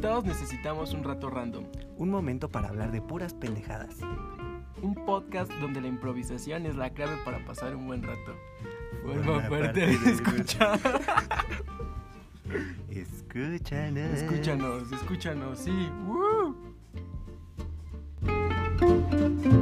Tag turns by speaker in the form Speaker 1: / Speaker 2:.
Speaker 1: Todos necesitamos un rato random,
Speaker 2: Un momento para hablar de puras pendejadas.
Speaker 1: un podcast donde la improvisación es la clave para pasar un buen rato. Forma
Speaker 2: Buena
Speaker 1: parte
Speaker 2: parte
Speaker 1: de
Speaker 2: de-
Speaker 1: escuchar.
Speaker 2: Escúchanos.
Speaker 1: Escúchanos, escúchanos, sí. ¡Woo!